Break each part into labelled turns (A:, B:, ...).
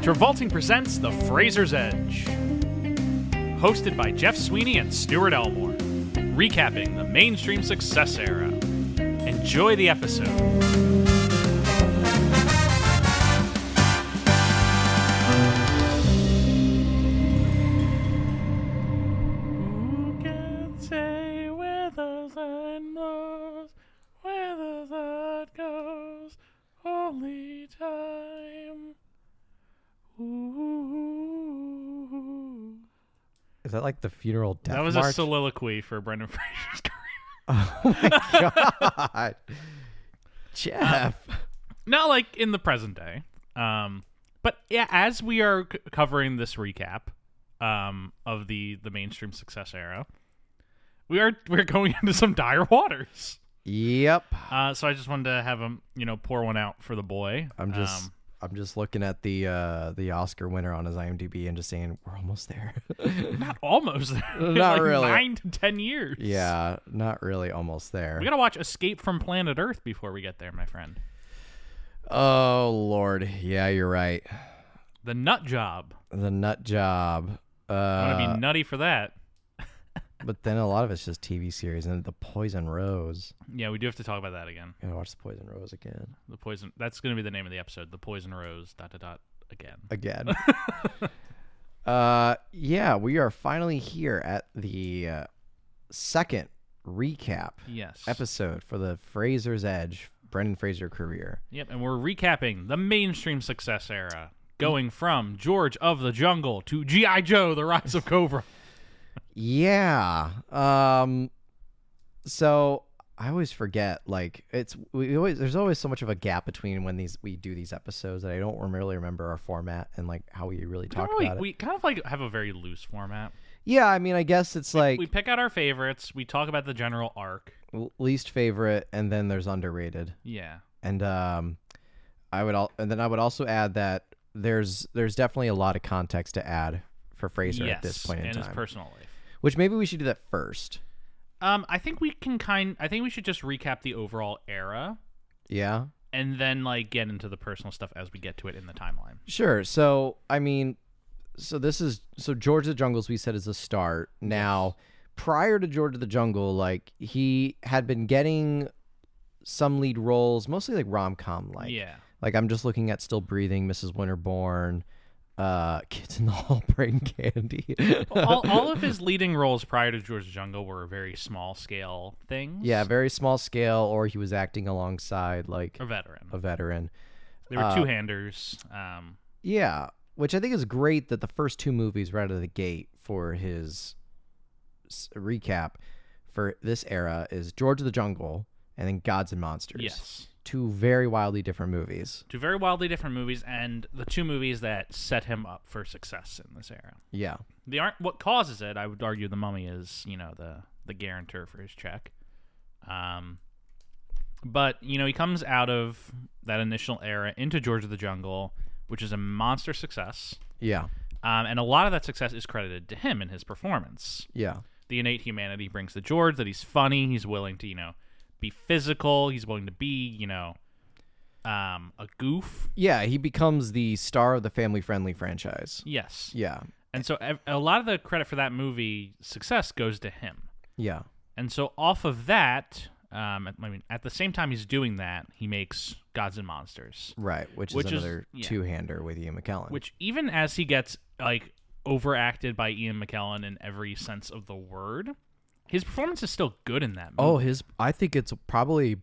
A: Travolting presents The Fraser's Edge. Hosted by Jeff Sweeney and Stuart Elmore, recapping the mainstream success era. Enjoy the episode. Only time. Ooh.
B: Is that like the funeral death
A: That was a
B: march?
A: soliloquy for Brendan Fraser's career.
B: God. Jeff.
A: Not like in the present day. Um, but yeah, as we are c- covering this recap um, of the the mainstream success era, we are we're going into some dire waters.
B: yep.
A: Uh, so I just wanted to have him, you know, pour one out for the boy.
B: I'm just
A: Um,
B: I'm just looking at the uh the Oscar winner on his IMDb and just saying we're almost there.
A: not almost there.
B: Not
A: like
B: really.
A: Nine to ten years.
B: yeah, not really almost there.
A: We gotta watch Escape from Planet Earth before we get there, my friend.
B: Oh lord. Yeah, you're right.
A: The Nut Job.
B: The nut job.
A: I'm gonna
B: Uh,
A: be nutty for that.
B: but then a lot of it's just TV series and the Poison Rose.
A: Yeah, we do have to talk about that again.
B: Gonna watch the Poison Rose again.
A: The poison. That's going to be the name of the episode. The poison rose. Dot dot dot. Again.
B: again. uh, yeah, we are finally here at the uh, second recap
A: Yes.
B: episode for the Fraser's Edge, Brendan Fraser career.
A: Yep. And we're recapping the mainstream success era,
B: Mm.
A: going from George of the Jungle to GI Joe: The Rise of Cobra.
B: Yeah. Um, so I always forget. Like it's we always there's always so much of a gap between when these we do these episodes that I don't really remember our format and like how we really
A: Don't
B: talk
A: really-
B: about it.
A: we kind of like have a very loose format.
B: yeah, I mean, I guess it's like
A: we pick out our favorites. We talk about the general arc.
B: l- least favorite, and then there's underrated.
A: Yeah.
B: and um, I would al- and then I would also add that there's there's definitely a lot of context to add for Fraser
A: yes.
B: at this point in
A: and his
B: time,
A: personal life.
B: which maybe we should do that first.
A: Um, I think we can kind. I think we should just recap the overall era.
B: Yeah,
A: And then, like, get into the personal stuff as we get to it in the timeline.
B: sure. So I mean, so this is so George of the Jungles we said is a start. Now, prior to George of the Jungle, like he had been getting some lead roles, mostly like rom com like.
A: yeah.
B: Like I'm just looking at Still Breathing, Mrs. Winterborn, uh, Kids in the Hall, Brain Candy.
A: all, all of his leading roles prior to George Jungle were very small scale things.
B: Yeah, very small scale, or he was acting alongside like
A: a veteran.
B: a veteran.
A: They were
B: uh,
A: two handers. Um,
B: Yeah, which I think is great that the first two movies right out of the gate for his s- recap for this era is George of the Jungle and then Gods and Monsters.
A: yes,
B: Two very wildly different movies.
A: two very wildly different movies, and the two movies that set him up for success in this era.
B: Yeah.
A: They aren't what causes it. I would argue the Mummy is you know the the guarantor for his check. Um, but you know he comes out of that initial era into George of the Jungle, which is a monster success.
B: Yeah.
A: Um, and a lot of that success is credited to him and his performance.
B: Yeah.
A: the innate humanity he brings to George that he's funny, he's willing to, you know, be physical, he's willing to be, you know, um a goof.
B: Yeah, he becomes the star of the family friendly franchise.
A: Yes.
B: Yeah.
A: And so ev- a lot of the credit for that movie success goes to him.
B: Yeah.
A: And so off of that, um at- I mean at the same time he's doing that, he makes Gods and Monsters,
B: Right, which is
A: Which is-
B: another
A: yeah.
B: two hander with Ian McKellen.
A: which even as he gets like overacted by Ian McKellen in every sense of the word, his performance is still good in that movie.
B: Oh, his. I think it's probably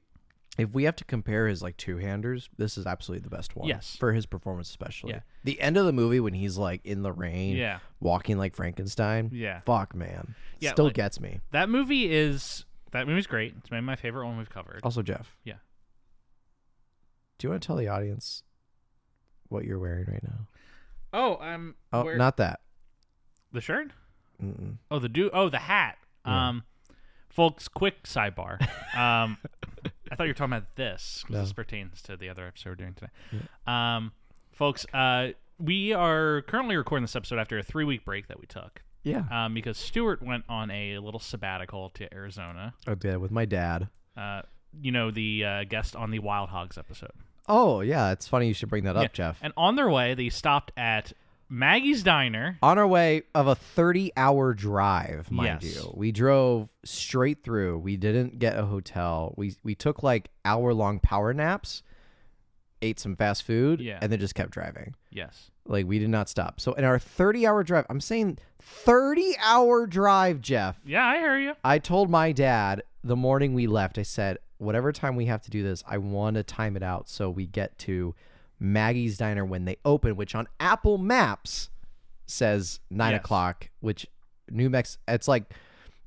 B: if we have to compare his like two handers, this is absolutely the best one.
A: Yes.
B: for his performance especially.
A: Yeah.
B: The end of the movie when he's like in the rain,
A: Yeah.
B: walking like Frankenstein.
A: Yeah.
B: fuck man,
A: Yeah,
B: still
A: like-
B: gets me.
A: That movie is that movie's great. It's maybe my favorite one we've covered.
B: Also, Jeff.
A: Yeah.
B: Do you want to tell the audience what you're wearing right now?
A: Oh, um,
B: Oh,
A: where-
B: not that.
A: the shirt.
B: Mm-mm.
A: Oh, the do. Oh, the hat.
B: Yeah.
A: Um, folks, quick sidebar. um, I thought you were talking about this 'cause
B: No.
A: this pertains to the other episode we're doing today. Um, folks, uh, we are currently recording this episode after a three-week break that we took.
B: Yeah,
A: Um, because Stuart went on a little sabbatical to Arizona.
B: I did with my dad.
A: Uh, you know the uh, guest on the Wild Hogs episode.
B: Oh yeah, it's funny you should bring that up,
A: Yeah.
B: Jeff.
A: And on their way, they stopped at Maggie's Diner.
B: on our way of a 30 hour drive mind
A: Yes.
B: you we drove straight through we didn't get a hotel we we took like hour long power naps ate some fast food
A: Yeah.
B: and then just kept driving
A: Yes.
B: like we did not stop so in our 30 hour drive i'm saying 30 hour drive jeff
A: Yeah, I hear you.
B: i told my dad the morning we left i said whatever time we have to do this i want to time it out so we get to maggie's diner when they open which on apple maps says nine
A: Yes.
B: o'clock, which New Mex it's like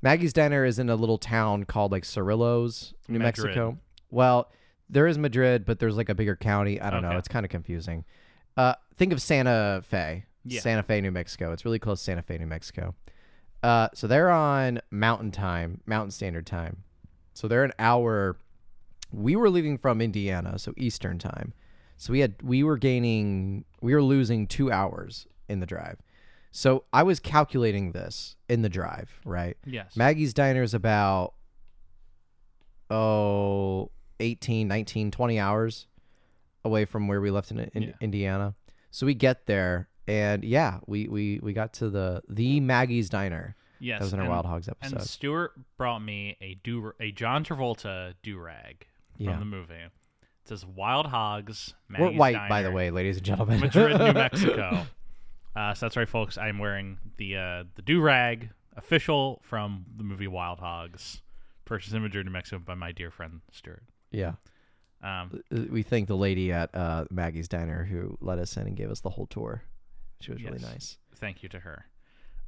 B: Maggie's Diner is in a little town called like Cerrillos, New
A: Madrid.
B: Mexico. Well, there is Madrid, but there's like a bigger county. I don't know.
A: Okay.
B: It's kind of confusing. Uh, think of Santa Fe,
A: Yeah.
B: Santa Fe, New Mexico. It's really close to Santa Fe, New Mexico. Uh, so they're on Mountain Time, Mountain Standard Time. So they're an hour. We were leaving from Indiana, so Eastern Time. So we had we were gaining we were losing two hours in the drive. So I was calculating this in the drive, right?
A: Yes.
B: Maggie's Diner is about oh 18, 19, 20 hours away from where we left in, in
A: Yeah.
B: Indiana. So we get there and yeah, we we we got to the the Maggie's Diner.
A: yes.
B: That was in our
A: and,
B: Wild Hogs
A: and
B: episode.
A: Stuart brought me a do a John Travolta do rag from
B: Yeah.
A: the movie. It says Wild Hogs.
B: We're
A: Maggie's
B: white,
A: Diner,
B: by the way, ladies and gentlemen.
A: Madrid, New Mexico. Uh, so that's right, folks. I'm wearing the uh, the do rag official from the movie Wild Hogs, purchased in Madrid, New Mexico, by my dear friend Stuart.
B: yeah.
A: Um,
B: Uh, We thank the lady at uh, Maggie's Diner who let us in and gave us the whole tour. She was really
A: Yes.
B: nice.
A: thank you to her.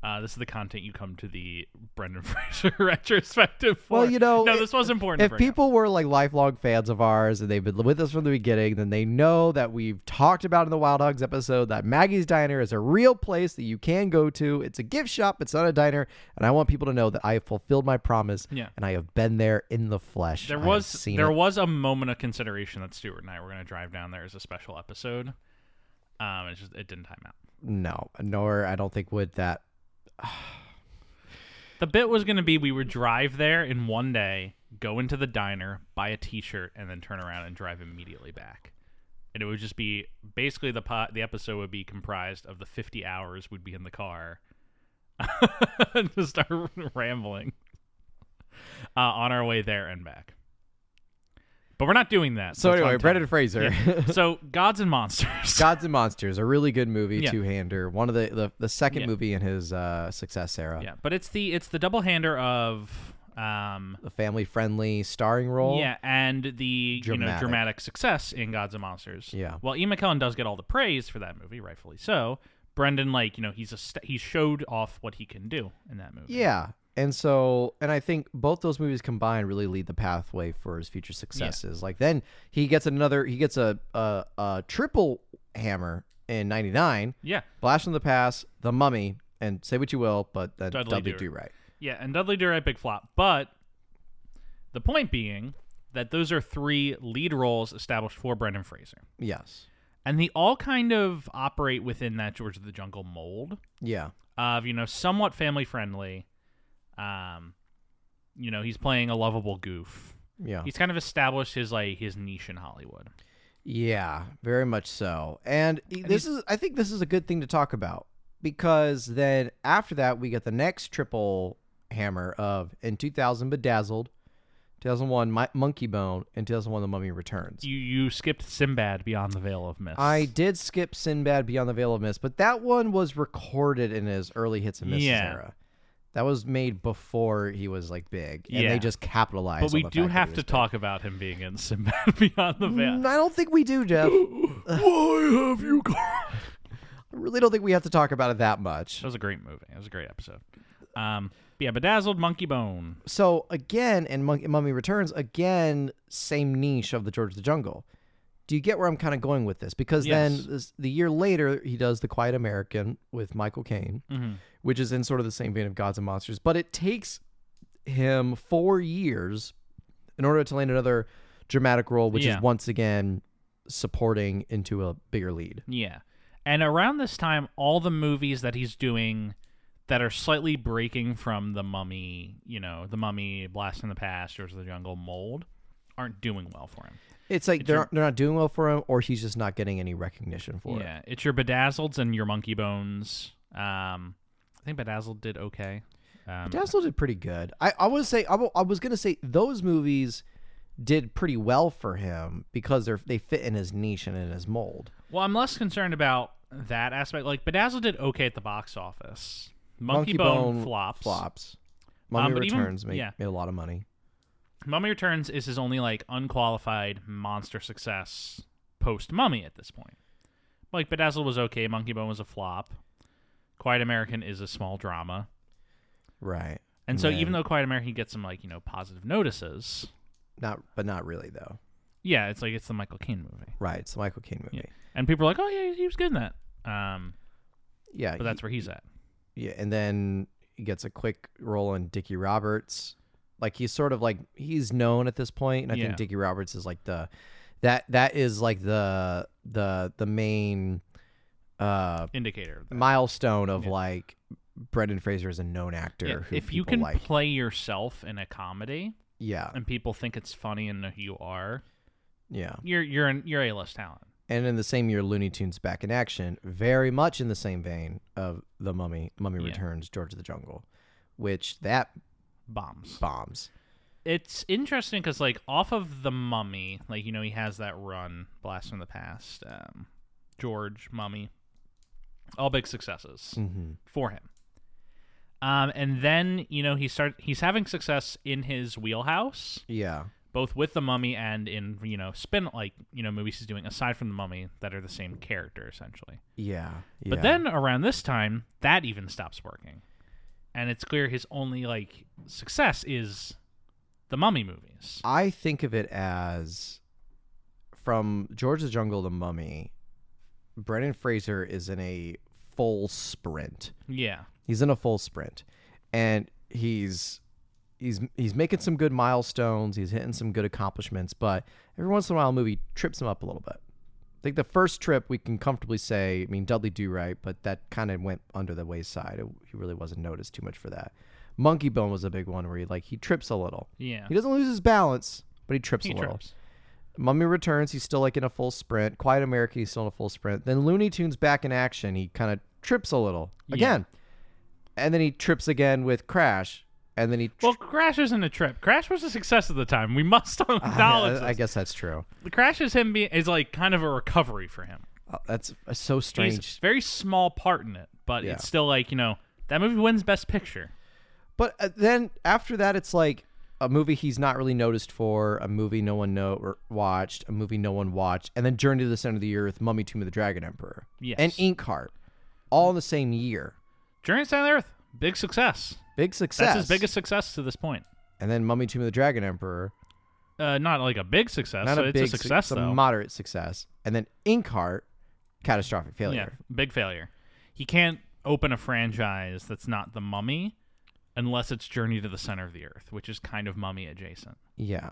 A: Uh, this is the content you come to the Brendan Fraser retrospective for.
B: Well, you know,
A: no,
B: i-
A: this was important. to
B: If
A: bring up.
B: people were like lifelong fans of ours and they've been with us from the beginning, then they know that we've talked about in the Wild Hogs episode that Maggie's Diner is a real place that you can go to. It's a gift shop, it's not a diner. And I want people to know that I have fulfilled my promise
A: Yeah.
B: and I have been there in the flesh.
A: There
B: I have
A: was
B: seen
A: there
B: it.
A: was a moment of consideration that Stuart and I were going to drive down there as a special episode. Um, it just it didn't time out.
B: no, nor I don't think would that
A: The bit was going to be we would drive there in one day, go into the diner, buy a T-shirt, and then turn around and drive immediately back. And it would just be basically the po- the episode would be comprised of the fifty hours we'd be in the car, and just start rambling uh, on our way there and back. But we're not doing that.
B: So
A: That's what
B: anyway,
A: I'm telling
B: Brendan Fraser.
A: you. so gods and monsters.
B: Gods and Monsters, a really good movie,
A: Yeah.
B: two-hander. One of the the, the second
A: Yeah.
B: movie in his uh, success era.
A: Yeah, but it's the it's the double hander of um
B: A family-friendly starring role.
A: yeah, and the you know
B: Dramatic.
A: dramatic success in Gods and Monsters.
B: Yeah.
A: Well, Ian McKellen does get all the praise for that movie, rightfully so. Brendan, like you know, he's a st- he showed off what he can do in that movie.
B: Yeah. And so, and I think both those movies combined really lead the pathway for his future successes. Like then he gets another, he gets a a, a triple hammer in '99,
A: yeah,
B: Blast from the Past, The Mummy, and say what you will, but then
A: Dudley
B: Dudley,
A: Do
B: Do Right.
A: yeah. And Dudley Do Right, big flop. But the point being that those are three lead roles established for Brendan Fraser,
B: Yes.
A: and they all kind of operate within that George of the Jungle mold.
B: Yeah.
A: of you know somewhat family friendly um you know he's playing a lovable goof
B: Yeah.
A: he's kind of established his like his niche in hollywood
B: Yeah, very much so. And e, this is I think this is a good thing to talk about because then after that we get the next triple hammer of in 2000 Bedazzled, 2001 My- Monkey Bone, and 2001 The Mummy Returns.
A: you you skipped sinbad beyond the veil of mist
B: I did skip Sinbad Beyond the Veil of Mist, but that one was recorded in his early hits and misses
A: Yeah.
B: era. That was made before he was like big, and
A: Yeah.
B: they just capitalized.
A: but we
B: on
A: do
B: the fact that
A: have
B: he
A: to
B: was big.
A: talk about him being in sinbad beyond the veil
B: Mm, I don't think we do, Jeff. I
A: why have you gone
B: really don't think we have to talk about it that much.
A: that was a great movie it was a great episode um but yeah bedazzled monkey bone
B: so again and Mon- mummy returns again same niche of the george of the jungle do you get where i'm kind of going with this because
A: Yes.
B: then this, the year later he does the quiet american with michael caine
A: Mhm.
B: which is in sort of the same vein of gods and monsters but it takes him four years in order to land another dramatic role which
A: Yeah.
B: is once again supporting into a bigger lead
A: Yeah. And around this time, all the movies that he's doing that are slightly breaking from the mummy, you know, the mummy, Blast in the Past, George of the Jungle mold, aren't doing well for him.
B: It's like
A: It's
B: they're
A: your-
B: they're not doing well for him, or he's just not getting any recognition for it.
A: yeah, it's your Bedazzleds and your Monkey Bones. Um, I think Bedazzled did okay. Um,
B: Dazzle did pretty good. I, I would say I wa- I was gonna say those movies did pretty well for him because they're they fit in his niche and in his mold.
A: Well, I'm less concerned about that aspect. Like Bedazzled did okay at the box office. Monkey, Bone, flops. Um,
B: Flops. Mummy
A: but even-
B: Returns made,
A: yeah.
B: made a lot of money.
A: Mummy Returns is his only like unqualified monster success post Mummy at this point. Like Bedazzled was okay. Monkey Bone was a flop. Quiet American is a small drama.
B: Right.
A: And so
B: Yeah.
A: even though Quiet American gets some like, you know, positive notices,
B: Not but not really though.
A: yeah, it's like it's the Michael Caine movie.
B: Right. It's a Michael Caine movie.
A: And people are like, "Oh yeah, he was good in that." Um,
B: Yeah.
A: but that's where he's at.
B: he- yeah, and then he gets a quick role in Dickie Roberts. Like he's sort of like he's known at this point, and I
A: Yeah.
B: think Dickie Roberts is like the that that is like the the the main uh
A: Indicator. of that.
B: milestone of
A: Yeah.
B: like Brendan Fraser is a known actor
A: Yeah,
B: who
A: if you
B: people
A: can
B: like.
A: play yourself in a comedy
B: yeah,
A: and people think it's funny and know who you are,
B: yeah.
A: you're you're an, you're A-list talent.
B: And in the same year, Looney Tunes back in action, very much in the same vein of the Mummy, Mummy
A: Yeah.
B: Returns, George of the Jungle, which that
A: Bombs.
B: bombs.
A: It's interesting because like off of the Mummy, like you know he has that run, Blast from the Past, um, George Mummy, all big successes.
B: Mm-hmm.
A: for him. Um, and then you know he start he's having success in his wheelhouse,
B: Yeah,
A: both with the mummy and in you know spin like you know movies he's doing aside from the mummy that are the same character essentially.
B: yeah, yeah.
A: But then around this time, that even stops working, and it's clear his only like success is the mummy movies.
B: I think of it as from George of the Jungle to Mummy, Brendan Fraser is in a full sprint.
A: Yeah,
B: He's in a full sprint, and he's he's he's making some good milestones. He's hitting some good accomplishments, but every once in a while, a movie trips him up a little bit. I think the first trip we can comfortably say, I mean Dudley Do Right, but that kind of went under the wayside. It, he really wasn't noticed too much for that. Monkey Bone was a big one where he like he trips a little.
A: yeah,
B: He doesn't lose his balance, but he trips
A: he
B: a little.
A: trips.
B: Mummy Returns, he's still like in a full sprint. Quiet America, he's still in a full sprint. Then Looney Tunes back in action, he kind of trips a little
A: Yeah.
B: again, and then he trips again with Crash, and then he. tr-
A: Well, Crash isn't a trip. Crash was a success at the time. We must acknowledge
B: Ah, I, I
A: this.
B: guess that's true.
A: Crash is him being is like kind of a recovery for him.
B: Uh, That's uh, so
A: He's
B: strange.
A: very small part in it, but
B: Yeah.
A: it's still like you know that movie wins Best Picture.
B: But uh, then after that, it's like a movie he's not really noticed for, a movie no one know or watched, a movie no one watched, and then Journey to the Center of the Earth, Mummy Tomb of the Dragon Emperor,
A: Yes.
B: and Inkheart, all in the same year.
A: Journey to the Center of the Earth, big success.
B: Big success.
A: That's his biggest success to this point.
B: And then Mummy Tomb of the Dragon Emperor.
A: Uh, not like a big success.
B: Not
A: so
B: a
A: it's
B: big
A: a
B: suc-
A: success
B: it's a
A: though.
B: moderate success. And then Inkheart, catastrophic
A: yeah,
B: failure.
A: big failure. He can't open a franchise that's not the Mummy, unless it's Journey to the Center of the Earth, which is kind of Mummy adjacent.
B: Yeah.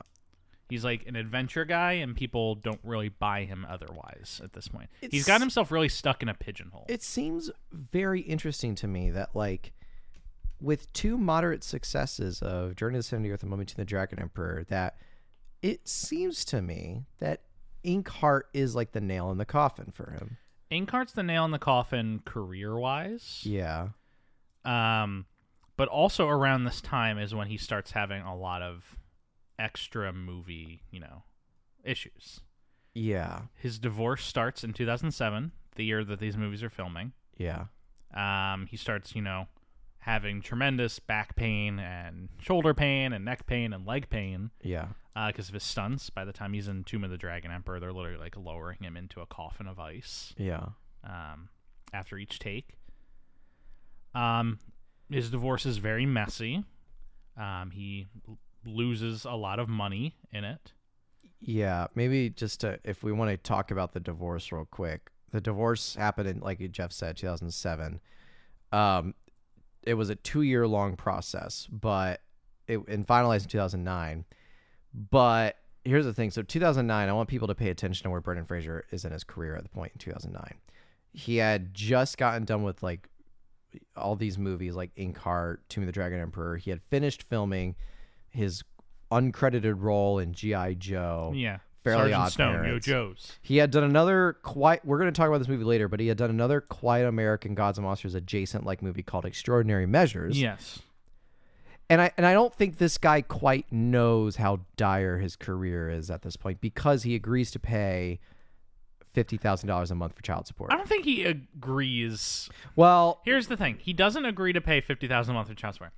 A: He's like an adventure guy, and people don't really buy him otherwise at this point. He's
B: It's-
A: got himself really stuck in a pigeonhole.
B: It seems very interesting to me that like with two moderate successes of Journey to the Center of the Earth and Mummy Tomb of the Dragon Emperor, that it seems to me that Inkheart is like the nail in the coffin for him.
A: Inkheart's the nail in the coffin career wise.
B: Yeah.
A: Um, but also around this time is when he starts having a lot of extra movie, you know, issues.
B: Yeah.
A: His divorce starts in 2007, the year that these movies are filming.
B: Yeah.
A: Um, he starts, you know, having tremendous back pain and shoulder pain and neck pain and leg pain
B: Yeah.
A: because Uh, of his stunts. By the time he's in Tomb of the Dragon Emperor, they're literally like lowering him into a coffin of ice
B: Yeah.
A: um, after each take. Um, his divorce is very messy. Um, he l- loses a lot of money in it.
B: Yeah, maybe just to, if we want to talk about the divorce real quick. The divorce happened in, like Jeff said, 2007. Um, it was a two year long process, but it and finalized in 2009. But here's the thing: so 2009, I want people to pay attention to where Brendan Fraser is in his career at the point in 2009. He had just gotten done with like all these movies, like Inkheart, Tomb of the Dragon Emperor. He had finished filming his uncredited role in GI Joe
A: Yeah,
B: Fairly
A: Sergeant
B: Odd
A: Stone,
B: Parents.
A: Yo Joe's.
B: He had done another quiet. We're going to talk about this movie later, but he had done another Quiet American Gods and Monsters adjacent like movie called Extraordinary Measures.
A: Yes.
B: and I and I don't think this guy quite knows how dire his career is at this point because he agrees to pay fifty thousand dollars a month for child support.
A: I don't think he agrees.
B: Well,
A: Here's the thing: he doesn't agree to pay fifty thousand a month for child support.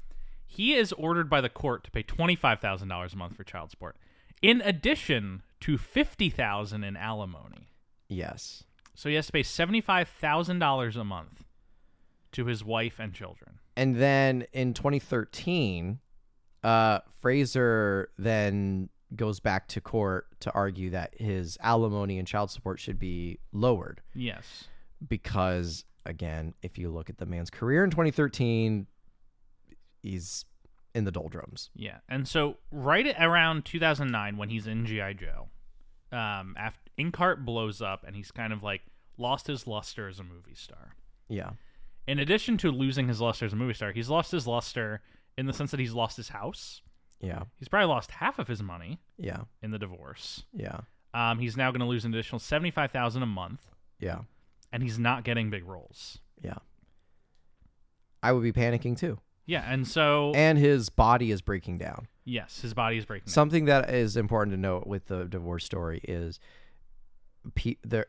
A: He is ordered by the court to pay twenty five thousand dollars a month for child support, in addition to fifty thousand in alimony.
B: yes,
A: So he has to pay seventy five thousand dollars a month to his wife and children.
B: and then in 2013, uh, Fraser then goes back to court to argue that his alimony and child support should be lowered
A: Yes.
B: because, again, if you look at the man's career in 2013, he's in the doldrums.
A: Yeah, and so right at- around 2009, when he's in GI Joe, um, after Inkheart blows up, and he's kind of like lost his luster as a movie star.
B: Yeah,
A: In addition to losing his luster as a movie star, he's lost his luster in the sense that he's lost his house.
B: yeah,
A: He's probably lost half of his money
B: yeah,
A: in the divorce.
B: yeah,
A: Um, he's now going to lose an additional seventy-five thousand a month,
B: yeah.
A: and he's not getting big roles.
B: Yeah. I would be panicking too.
A: Yeah, and so
B: And his body is breaking down.
A: yes, his body is breaking. down.
B: Something that is important to note with the divorce story is pe- the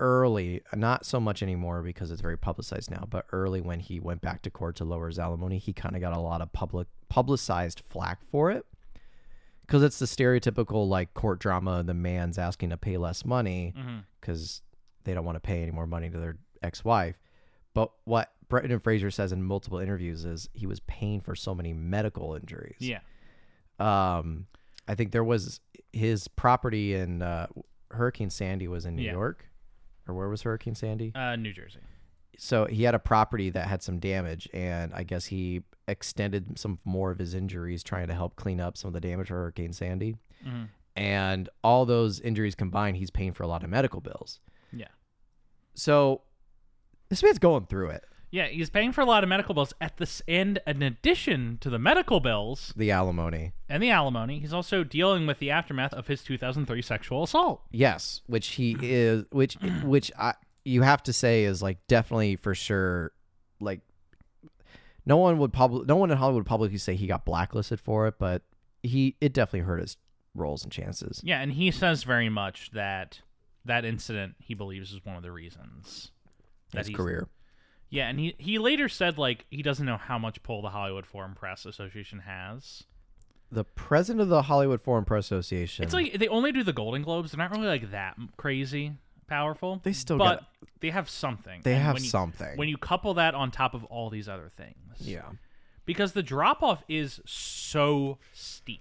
B: early, not so much anymore because it's very publicized now, but early when he went back to court to lower his alimony, he kind of got a lot of public publicized flack for it. Cuz it's the stereotypical like court drama, the man's asking to pay less money
A: Mhm.
B: because they don't want to pay any more money to their ex-wife. But what Brendan Fraser says in multiple interviews is he was paying for so many medical injuries.
A: Yeah,
B: Um, I think there was his property in uh, Hurricane Sandy was in New
A: Yeah.
B: York, or where was Hurricane Sandy?
A: uh, New Jersey.
B: so he had a property that had some damage, and I guess he extended some more of his injuries trying to help clean up some of the damage for Hurricane Sandy.
A: Mhm.
B: And all those injuries combined, he's paying for a lot of medical bills.
A: Yeah.
B: So this man's going through it.
A: Yeah, he's paying for a lot of medical bills at this end. In addition to the medical bills
B: The alimony.
A: and the alimony, he's also dealing with the aftermath of his 2003 sexual assault.
B: Yes, which he is which which I you have to say is like definitely for sure like no one would public no one in Hollywood would publicly say he got blacklisted for it, but he it definitely hurt his roles and chances.
A: Yeah, and he says very much that that incident he believes is one of the reasons that
B: His
A: he's-
B: career.
A: Yeah, and he he later said like he doesn't know how much pull the Hollywood Foreign Press Association has.
B: The president of the Hollywood Foreign Press Association.
A: It's like they only do the Golden Globes. They're not really like that m- crazy powerful.
B: They still
A: but
B: got-
A: they have something.
B: they
A: And
B: have
A: when you-
B: something.
A: When you couple that on top of all these other things,
B: yeah.
A: because the drop off is so steep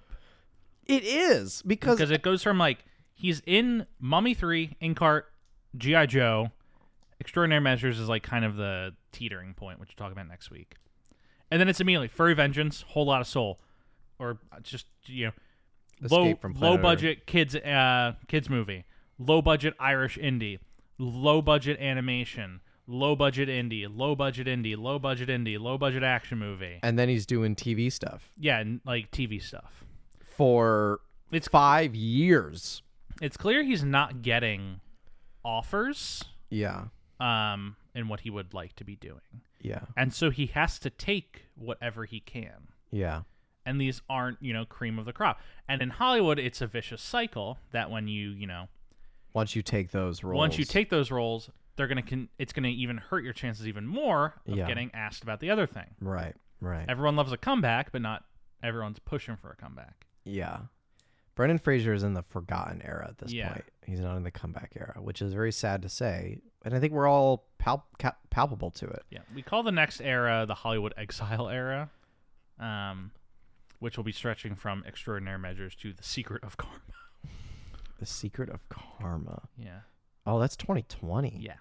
B: It is because
A: because it goes from like he's in Mummy Three, Inkheart, GI Joe, Extraordinary Measures is like kind of the teetering point, which we'll talk about next week, and then it's immediately Furry Vengeance, Whole Lot of Soul, or uh, just you know low
B: Escape from
A: low
B: Planet Earth.
A: budget kids uh kids movie, low budget Irish indie, low budget animation. Low budget indie, low budget indie, low budget indie, low budget action movie.
B: and then he's doing TV stuff
A: Yeah, and like TV stuff.
B: for
A: It's
B: five years.
A: it's clear he's not getting offers
B: Yeah.
A: um in what he would like to be doing
B: Yeah.
A: and so he has to take whatever he can
B: Yeah.
A: and these aren't you know cream of the crop and in hollywood it's a vicious cycle that when you you know
B: Once you take those roles.
A: once you take those roles they're gonna con- it's gonna even hurt your chances even more of
B: Yeah.
A: getting asked about the other thing
B: Right. Right.
A: everyone loves a comeback but not everyone's pushing for a comeback
B: Yeah. Brendan Fraser is in the forgotten era at this
A: Yeah.
B: point. He's not in the comeback era, which is very sad to say. And I think we're all palp- ca- palpable to it.
A: yeah we call the next era the hollywood exile era um which will be stretching from extraordinary measures to the secret of karma
B: The Secret of Karma.
A: yeah
B: Oh, that's 2020.
A: yeah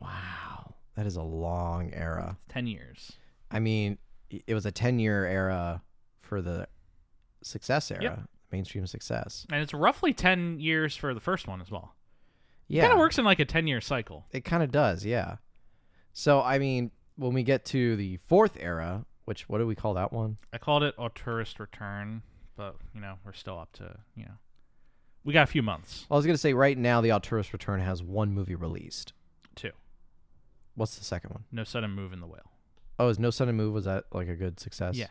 B: Wow. That is a long era.
A: 10 years.
B: I mean, i- it was a 10 year era for the success era, mainstream success.
A: And it's roughly 10 years for the first one as well. It
B: Yeah.
A: kind of works in like a 10 year cycle.
B: It kind of does, yeah. So, I mean, when we get to the fourth era, which, what do we call that one?
A: I called it Auteurist Return, but, you know, we're still up to, you know, We got a few months
B: I was gonna say right now, the Arturus Return has one movie released.
A: too.
B: What's the second one?
A: No sudden move in the whale.
B: Oh, is No Sun and Move was that like a good success?
A: Yeah.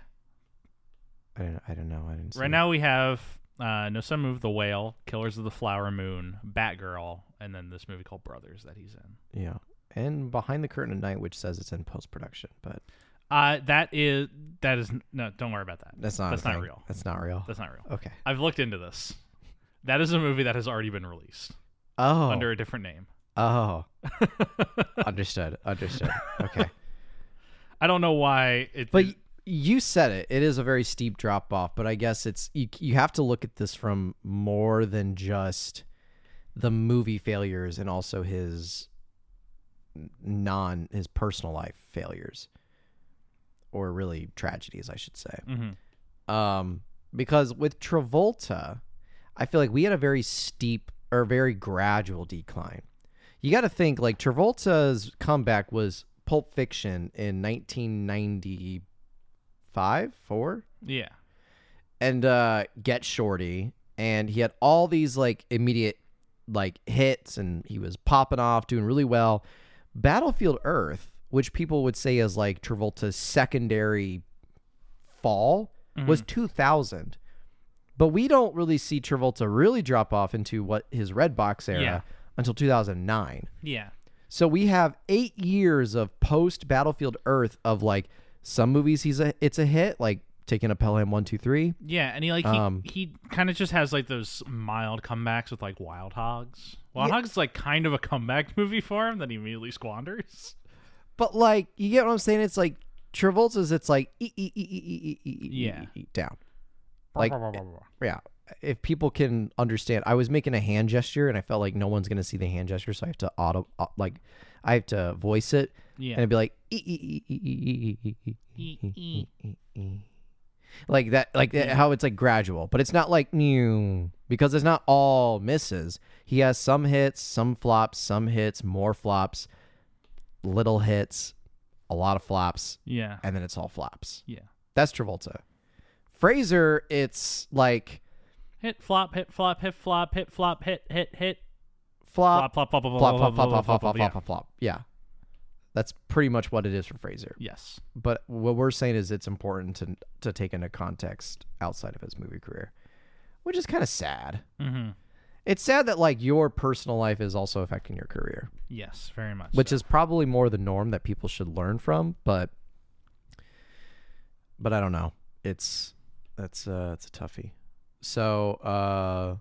B: I don't. I don't know. I didn't. See
A: Right
B: it.
A: now we have uh, No Sun Move, The Whale, Killers of the Flower Moon, Batgirl, and then this movie called Brothers that he's in.
B: Yeah. And Behind the Curtain at Night, which says it's in post production, but
A: Uh, that is that is no. Don't worry about that.
B: that's not. a
A: That's not
B: thing.
A: real.
B: That's not real.
A: That's not real.
B: okay.
A: I've looked into this. That is a movie that has already been released
B: Oh.
A: under a different name.
B: oh. understood. Understood. Okay.
A: I don't know why it.
B: But y- you said it. It is a very steep drop off, but I guess it's you, you have to look at this from more than just the movie failures and also his n- non his personal life failures or really tragedies, I should say.
A: Mhm.
B: Um because with Travolta, I feel like we had a very steep or very gradual decline. You got to think like Travolta's comeback was Pulp Fiction in 1995, 4
A: yeah,
B: and uh Get Shorty and he had all these like immediate like hits and he was popping off doing really well. Battlefield Earth, which people would say is like Travolta's secondary fall was 2000. But we don't really see Travolta really drop off into what his red box era
A: Yeah.
B: until 2009.
A: yeah,
B: So we have eight years of post Battlefield Earth of like some movies he's a it's a hit like Taking a Pelham one two three.
A: yeah. And he like he,
B: Um,
A: he kind of just has like those mild comebacks with like Wild Hogs. Wild Hogs is like kind of a comeback movie for him that he immediately squanders.
B: But like you get what I'm saying? It's like Travolta's. It's like e- e- e- e- e- e- e-
A: Yeah.
B: e- e- down. Like
A: Blah, blah, blah, blah, blah.
B: yeah. If people can understand, I was making a hand gesture and I felt like no one's gonna see the hand gesture, so I have to auto au- like I have to voice it.
A: yeah.
B: and it'd be like "E- e- e- e- e- e- e- e-
A: E-
B: e- e- e." like that like that- how it's like gradual but it's not like new because it's not all misses he has some hits some flops some hits more flops little hits a lot of flops
A: yeah,
B: and then it's all flops
A: yeah.
B: that's travolta fraser it's like
A: Hit flop, hit flop, hit flop, hit flop, hit hit hit.
B: flop
A: Flop flop flop flop
B: flop flop
A: blah,
B: flop flop flop
A: blah,
B: flop
A: blah,
B: flop flop yeah that's pretty much what it is for fraser
A: yeah. Yes.
B: but what we're saying is it's important to to take into context outside of his movie career, which is kind of sad.
A: Mm-hmm.
B: It's sad that like your personal life is also affecting your career,
A: Yes, very much.
B: which
A: so.
B: is probably more the norm that people should learn from. But but I don't know. It's that's uh it's a toughie. So uh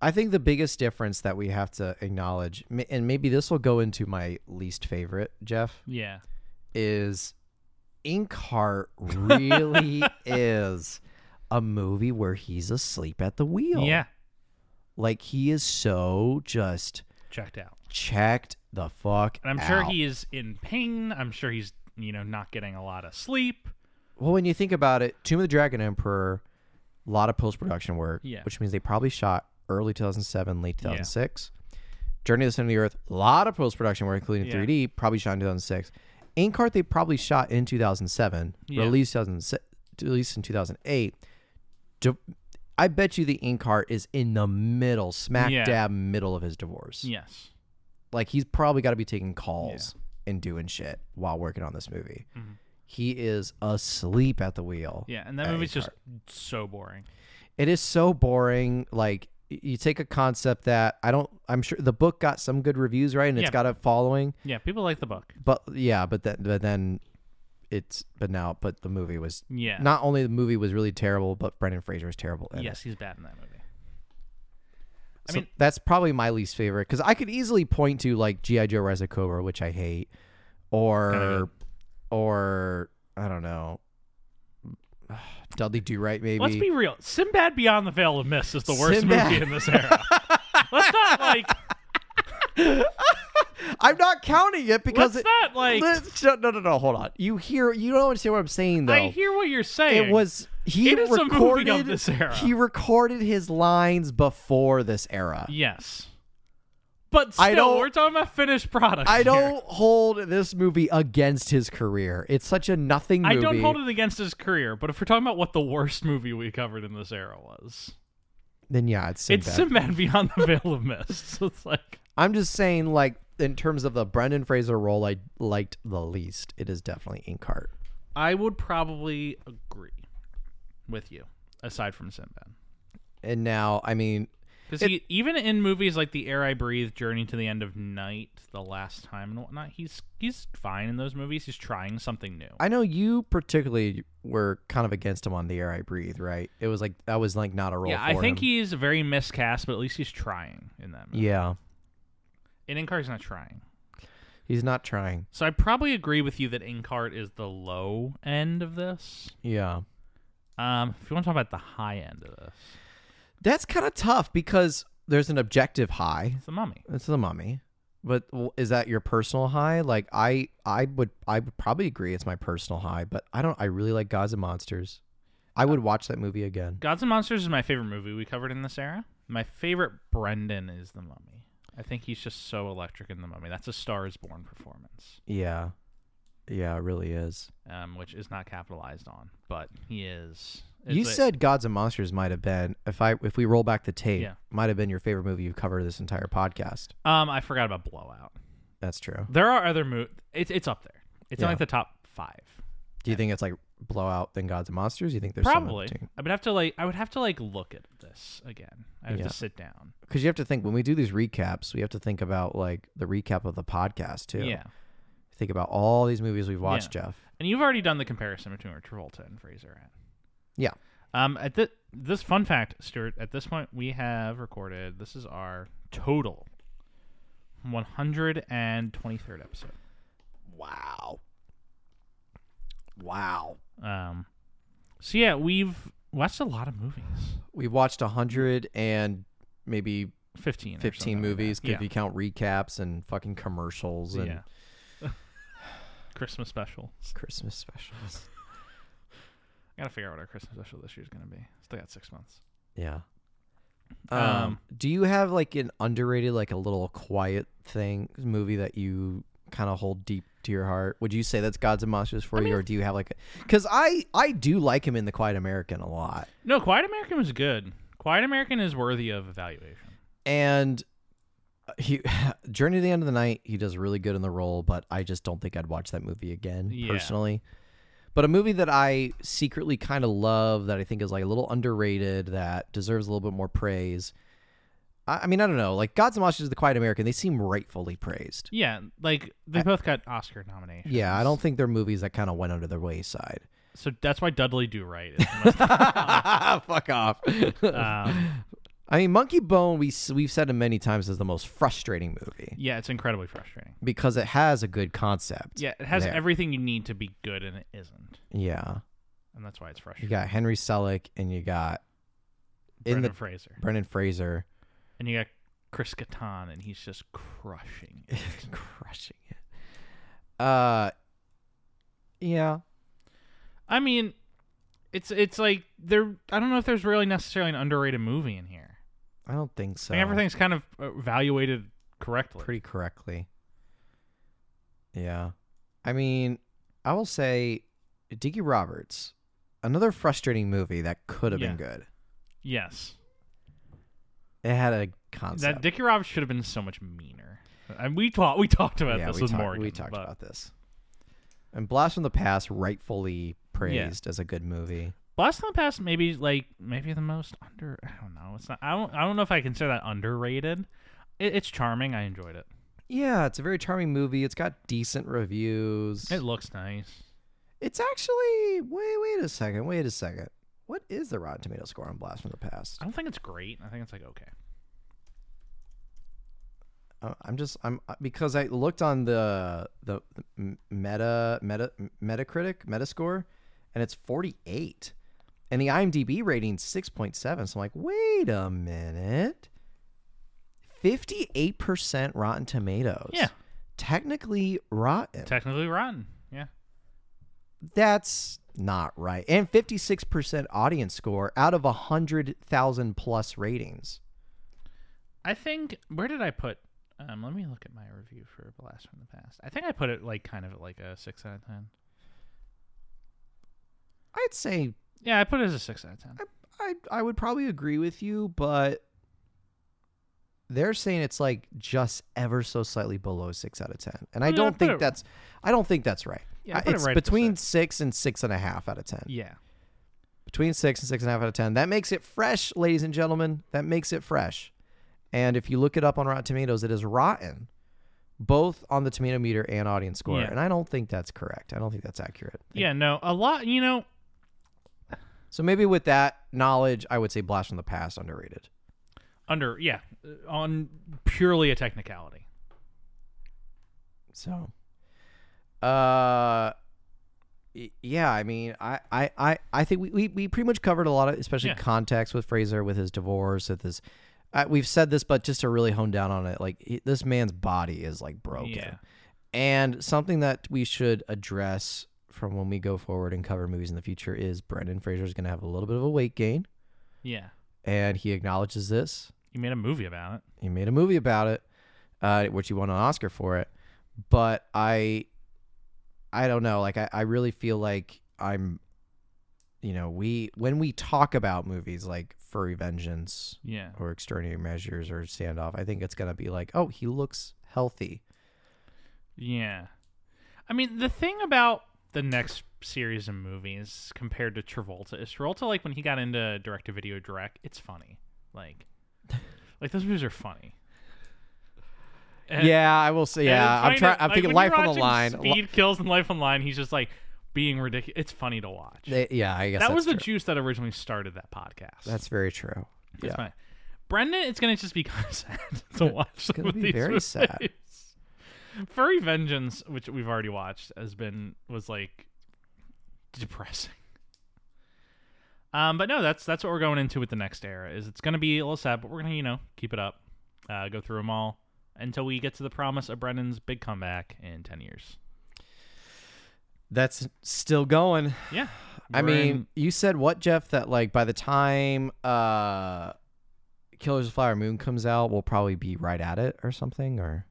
B: I think the biggest difference that we have to acknowledge, ma- and maybe this will go into my least favorite, Jeff
A: yeah.
B: is Inkheart really is a movie where he's asleep at the wheel.
A: Yeah.
B: Like he is so just
A: Checked out.
B: checked the fuck.
A: And I'm sure
B: out.
A: he is in pain. I'm sure he's, you know, not getting a lot of sleep.
B: Well, when you think about it, Tomb of the Dragon Emperor, a lot of post production work,
A: Yeah.
B: which means they probably shot early 2007, late 2006. Journey to the Center of the Earth, a lot of post production work, including
A: Yeah.
B: 3D, probably shot in 2006. Inkheart, they probably shot in 2007,
A: Yeah.
B: released 2006, released in 2008. Di- I bet you the Inkheart is in the middle, smack
A: Yeah.
B: dab middle of his divorce.
A: Yes.
B: Like he's probably got to be taking calls and doing shit while working on this movie. He is asleep at the wheel.
A: Mm-hmm. Yeah. And that
B: Uh,
A: movie's
B: his
A: just so boring.
B: It is so boring. Like y- you take a concept that I don't. I'm sure the book got some good reviews, right? And it's
A: Yeah.
B: got a following.
A: Yeah. People like the book.
B: But yeah, but then but then it's but now but the movie was
A: Yeah.
B: not only the movie was really terrible, but Brendan Fraser was terrible. In it.
A: yes, he's bad in that movie. I
B: so
A: mean-
B: that's probably my least favorite because I could easily point to like GI Joe Rise of Cobra, which I hate, or
A: Kinda
B: or I don't know, Dudley Do Right maybe.
A: Let's be real. Sinbad Beyond the Veil of Mist is the worst
B: Sinbad-
A: movie in this era. Let's not like.
B: I'm not counting it because
A: Let's
B: it,
A: not like.
B: Let's- no, no, no, no, hold on. You hear? You don't understand what I'm saying though.
A: I hear what you're saying.
B: it was he
A: It is a movie of
B: recorded
A: this era.
B: he recorded his lines before this era.
A: Yes. But still,
B: I don't-
A: we're talking about finished product.
B: I
A: here.
B: don't hold this movie against his career. It's such a nothing
A: I
B: movie.
A: don't hold it against his career, but if we're talking about what the worst movie we covered in this era was,
B: then yeah, it's Sinbad.
A: It's Sinbad Beyond the Veil of Mist. So it's like
B: I'm just saying, like in terms of the Brendan Fraser role, I liked the least. It is definitely Inkheart.
A: I would probably agree with you, aside from Sinbad,
B: And now, I mean,
A: because even in movies like The Air I Breathe, Journey to the End of Night, The Last Time, and whatnot, he's he's fine in those movies. He's trying something new.
B: I know you particularly were kind of against him on the air I breathe, right? It was like that was like not a role.
A: yeah, I
B: for
A: think
B: him.
A: he's very miscast, but at least he's trying in that. Movie.
B: Yeah,
A: and Inkart's not trying.
B: he's not trying.
A: So I probably agree with you that Inkart is the low end of this.
B: Yeah,
A: Um, if you want to talk about the high end of this,
B: that's kind of tough because there's an objective high.
A: it's the Mummy.
B: It's the mummy, but w- is that your personal high? Like I, I would, I would probably agree it's my personal high, but I don't. I really like Gods and Monsters. I
A: Uh,
B: would watch that movie again.
A: Gods and Monsters is my favorite movie we covered in this era. My favorite Brendan is the Mummy. I think he's just so electric in the Mummy. That's a Star is Born performance,
B: Yeah, yeah, it really is.
A: um, which is not capitalized on, but he is.
B: you
A: it's a-
B: said Gods and Monsters might have been if I if we roll back the tape,
A: Yeah.
B: might have been your favorite movie you've covered this entire podcast.
A: um, I forgot about Blowout.
B: That's true.
A: There are other movies. It's it's up there. It's in
B: Yeah.
A: like the top five.
B: Do you think it's like blowout than Gods and Monsters? You think there's
A: Probably. I would have to like. I would have to like look at this again. I have
B: Yeah.
A: to sit down.
B: because you have to think when we do these recaps, we have to think about like the recap of the podcast too.
A: yeah.
B: Think about all these movies we've watched, Jeff.
A: And you've already done the comparison between Travolta and Fraser. Ann.
B: Yeah.
A: Um. At the, this fun fact, Stuart. At this point, we have recorded. This is our total, one hundred and twenty third episode.
B: Wow. Wow.
A: Um. So yeah, we've watched a lot of movies.
B: We've watched a hundred and maybe
A: Fifteen. or something
B: fifteen
A: like
B: movies
A: that.
B: 'cause if you count recaps and fucking commercials
A: Yeah.
B: and
A: yeah. Christmas special.
B: Christmas specials.
A: I gotta figure out what our Christmas special this year's gonna be. Still got six months.
B: Yeah. Um,
A: Um,
B: do you have like an underrated, like a little quiet thing movie that you kind of hold deep to your heart? Would you say that's Gods and Monsters for you, or do you have like? Because I I do like him in The Quiet American a lot,
A: No, Quiet American was good. Quiet American is worthy of evaluation.
B: and uh, he Journey to the End of the Night he does really good in the role, but I just don't think I'd watch that movie again
A: Yeah.
B: personally. But a movie that I secretly kind of love that I think is like a little underrated that deserves a little bit more praise. I, I mean, I don't know, like Gods and Monsters, The Quiet American, they seem rightfully praised.
A: Yeah, like they both got Oscar nominations.
B: Yeah, I don't think they're movies that kind of went under the wayside.
A: So that's why Dudley Do Right. Is the most,
B: Fuck off.
A: um,
B: I mean, Monkey Bone, we s- we've said it many times, is the most frustrating movie
A: yeah, it's incredibly frustrating.
B: because it has a good concept.
A: Yeah, it has
B: There.
A: everything you need to be good, and it isn't,
B: Yeah.
A: and that's why it's
B: You
A: frustrating.
B: got Henry Selick and you got in
A: Brendan
B: the
A: Fraser,
B: Brendan Fraser
A: and you got Chris Kattan, and he's just crushing. It.
B: crushing it. Uh yeah.
A: I mean, it's it's like there. I don't know if there's really necessarily an underrated movie in here.
B: I don't think so.
A: I think everything's kind of uh, evaluated correctly.
B: pretty correctly. Yeah. I mean, I will say Dickie Roberts, another frustrating movie that could have been good.
A: yes,
B: It had a concept.
A: that Dickie Roberts should have been so much meaner. And we talked we talked about
B: yeah,
A: this
B: we,
A: with
B: talked-
A: Morgan.
B: we talked
A: but-
B: about this. And Blast from the Past rightfully praised as a good movie.
A: Blast from the Past maybe like maybe the most under I don't know. It's not I don't I don't know if I consider that underrated. It, it's charming. I enjoyed it.
B: Yeah, it's a very charming movie. It's got decent reviews.
A: It looks nice.
B: It's actually wait, wait a second, wait a second. What is the Rotten Tomato score on Blast from the Past?
A: I don't think it's great. I think it's like okay.
B: I- Uh, I'm just I'm because I looked on the the m- Meta Meta Metacritic Metascore, and it's 48, and the IMDb rating 6.7. So I'm like, wait a minute, 58 percent Rotten Tomatoes.
A: Yeah.
B: technically rotten.
A: Technically rotten. Yeah.
B: That's not right. And 56% audience score out of 100,000 plus ratings.
A: I think where did I put um let me look at my review for Blast from the Past. I think I put it like kind of at like a 6 out of 10.
B: I'd say
A: Yeah, I put it as a 6 out of 10.
B: I I I would probably agree with you, but they're saying it's like just ever so slightly below six out of ten, and I
A: Yeah,
B: don't
A: put
B: think
A: it-
B: that's I don't think that's right.
A: Yeah,
B: I-
A: put it
B: it's
A: right at the
B: between six and six and a half out of ten.
A: Yeah.
B: Between six and six and a half out of ten. That makes it fresh, ladies and gentlemen. That makes it fresh. And if you look it up on Rotten Tomatoes, it is rotten, both on the tomato meter and audience score.
A: Yeah.
B: And I don't think that's correct. I don't think that's accurate.
A: Yeah, no. A lot, you know,
B: So maybe with that knowledge, I would say Blast from the Past underrated.
A: under yeah, uh, on purely a technicality.
B: So, uh, y- yeah, I mean, I, I, I, I think we, we, we pretty much covered a lot of, especially
A: Yeah.
B: context with Fraser, with his divorce, with his. I, we've said this, but just to really hone down on it, like he, this man's body is like broken,
A: Yeah.
B: and something that we should address from when we go forward and cover movies in the future is Brendan Fraser is going to have a little bit of a weight gain,
A: Yeah.
B: and he acknowledges this.
A: You made a movie about it.
B: he made a movie about it, uh, which he won an Oscar for it. But I, I don't know. Like I, I really feel like I'm, you know, we when we talk about movies like Furry Vengeance
A: Yeah.
B: or Extraordinary Measures or Standoff, I think it's gonna be like, oh, he looks healthy.
A: Yeah. I mean, the thing about the next series of movies compared to Travolta is Travolta, like, when he got into direct to video direct, it's funny. Like, like those movies are funny. And-
B: yeah, I will say.
A: and
B: Yeah,
A: it's
B: I'm
A: funny
B: trying.
A: that,
B: I'm
A: like,
B: thinking
A: when you're
B: Life on the
A: watching
B: Line. Li-
A: Speed kills and Life on the Line. He's just like being ridiculous. It's funny to watch.
B: they- yeah, I guess
A: that
B: that's
A: was the
B: true.
A: juice that originally started that podcast.
B: That's very true.
A: That's
B: yeah.
A: fine. Brendan, it's gonna just be kind of sad to watch. It's
B: gonna be very sad.
A: Furry Vengeance, which we've already watched, has been was like depressing. Um, but no, that's that's what we're going into with the next era. Is it's gonna be a little sad, but we're gonna you know keep it up, uh, go through them all until we get to the promise of Brendan's big comeback in ten years.
B: That's still going.
A: Yeah,
B: I
A: We're
B: mean,
A: in-
B: you said what, Jeff? That like by the time uh Killers of the Flower Moon comes out, we'll probably be right at it or something, or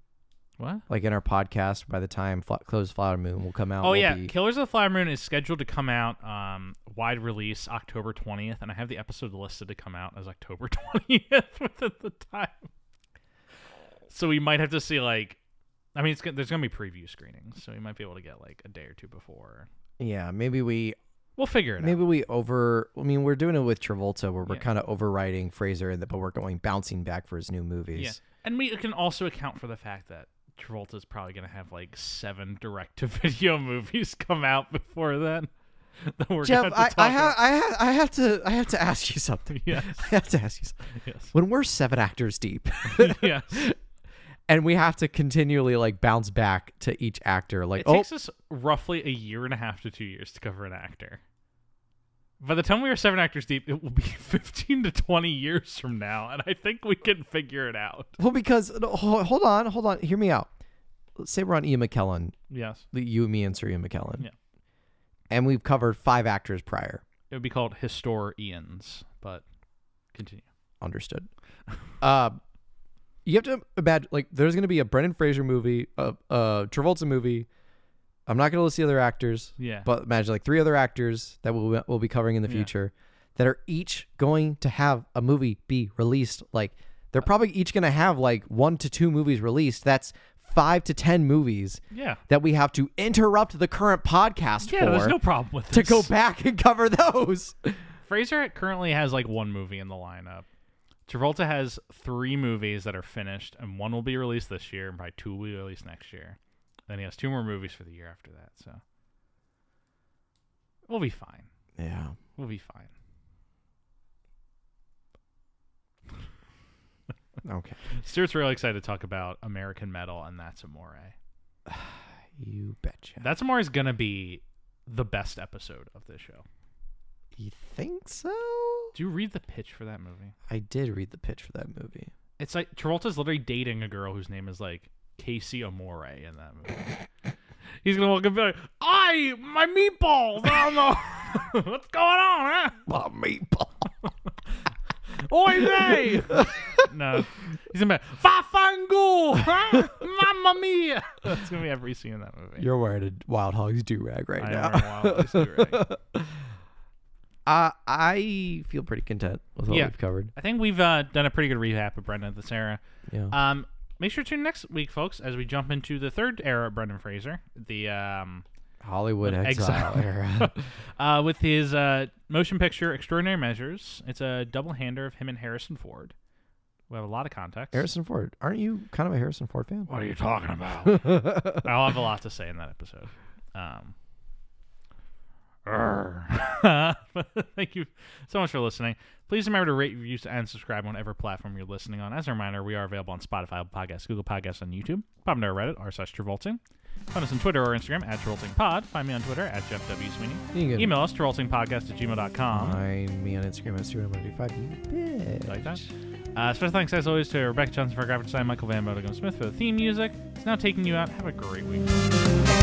A: what?
B: like in our podcast. By the time Fla- Killers of the Flower Moon will come out,
A: Oh
B: Uh, we'll
A: yeah,
B: be-
A: Killers of the Flower Moon is scheduled to come out um, wide release October twentieth, and I have the episode listed to come out as October twentieth within the time. So we might have to see like, I mean, it's go- there's gonna be preview screenings, so we might be able to get like a day or two before.
B: yeah. Maybe we,
A: We'll figure it
B: maybe we over. I mean, we're doing it with Travolta, where we're
A: Yeah.
B: kind of overriding Fraser, and that, but we're going bouncing back for his new
A: out.
B: movies.
A: Yeah, and we can also account for the fact that Travolta's probably gonna have like seven direct to video movies come out before then. That we're
B: Jeff,
A: gonna
B: I,
A: have to
B: I,
A: talk
B: ha- I, ha- I have to, I have to ask you something.
A: Yes.
B: I have to ask you. Something.
A: about. Yes.
B: When we're seven actors deep,
A: yes.
B: and we have to continually like bounce back to each actor like
A: It
B: oh
A: takes us roughly a year and a half to two years to cover an actor. By the time we are seven actors deep, it will be 15 to 20 years from now, and I think we can figure it out.
B: well because no, ho- hold on hold on hear me out let's say we're on ian mckellen
A: Yes.
B: the- you and me and sir ian mckellen
A: Yeah.
B: and we've covered five actors prior
A: It would be called historians, but continue.
B: understood uh you have to imagine like there's gonna be a brendan fraser movie a uh travolta movie i'm not gonna list the other actors
A: Yeah.
B: but imagine like three other actors that we'll, we'll be covering in the
A: Yeah.
B: future that are each going to have a movie be released like they're probably each going to have like one to two movies released that's five to ten movies
A: yeah.
B: that we have to interrupt the current podcast
A: Yeah,
B: for
A: there's no problem with
B: to
A: this.
B: go back and cover those
A: Fraser currently has like one movie in the lineup. Travolta has three movies that are finished, and one will be released this year, and probably two will be released next year. Then he has two more movies for the year after that, so we'll be fine.
B: yeah
A: We'll be fine.
B: okay
A: Stuart's really excited to talk about American Metal and That's Amore.
B: you betcha
A: That's Amore is gonna be the best episode of this show.
B: you think so
A: Do you read the pitch for that movie?
B: i did read the pitch for that movie
A: It's like Travolta's literally dating a girl whose name is like Casey Amore in that movie. He's gonna walk up and be like, "I my meatballs. I don't know what's going on, huh?
B: my meatball
A: Oi vey!" no, he's gonna be like, "Fafango, huh? Mamma mia!" That's gonna be every scene in that movie.
B: you're wearing a wild hogs do rag right
A: I
B: now
A: am wearing Wild Goose Direct.
B: I Uh, I feel pretty content with what
A: Yeah.
B: we've covered.
A: I think we've uh, done a pretty good recap of Brendan the Sarah.
B: Yeah.
A: Um, make sure to tune next week, folks, as we jump into the third era of Brendan Fraser, the um,
B: Hollywood
A: exile.
B: exile, era.
A: uh, with his uh, motion picture Extraordinary Measures. It's a double hander of him and Harrison Ford. We have a lot of context.
B: Harrison Ford. Aren't you kind of a Harrison Ford fan?
A: What are you talking about? I'll have a lot to say in that episode. Um, Arr. Thank you so much for listening. Please remember to rate, review, and subscribe on whatever platform you're listening on. As a reminder, we are available on Spotify, Apple Podcasts, Google Podcasts, and YouTube. Pop into our Reddit, r slash Travolting. Find us on Twitter or Instagram at TravoltingPod. Find me on Twitter at Jeff W. Sweeney.
B: You can
A: Email us, TravoltingPodcast at gmail.com.
B: Find me on Instagram at Stuart I'm gonna do five. You bitch.
A: like that. Uh, special thanks, as always, to Rebecca Johnson for our graphic design, Michael Van Bodegum Smith for the theme music. It's now taking you out. Have a great week.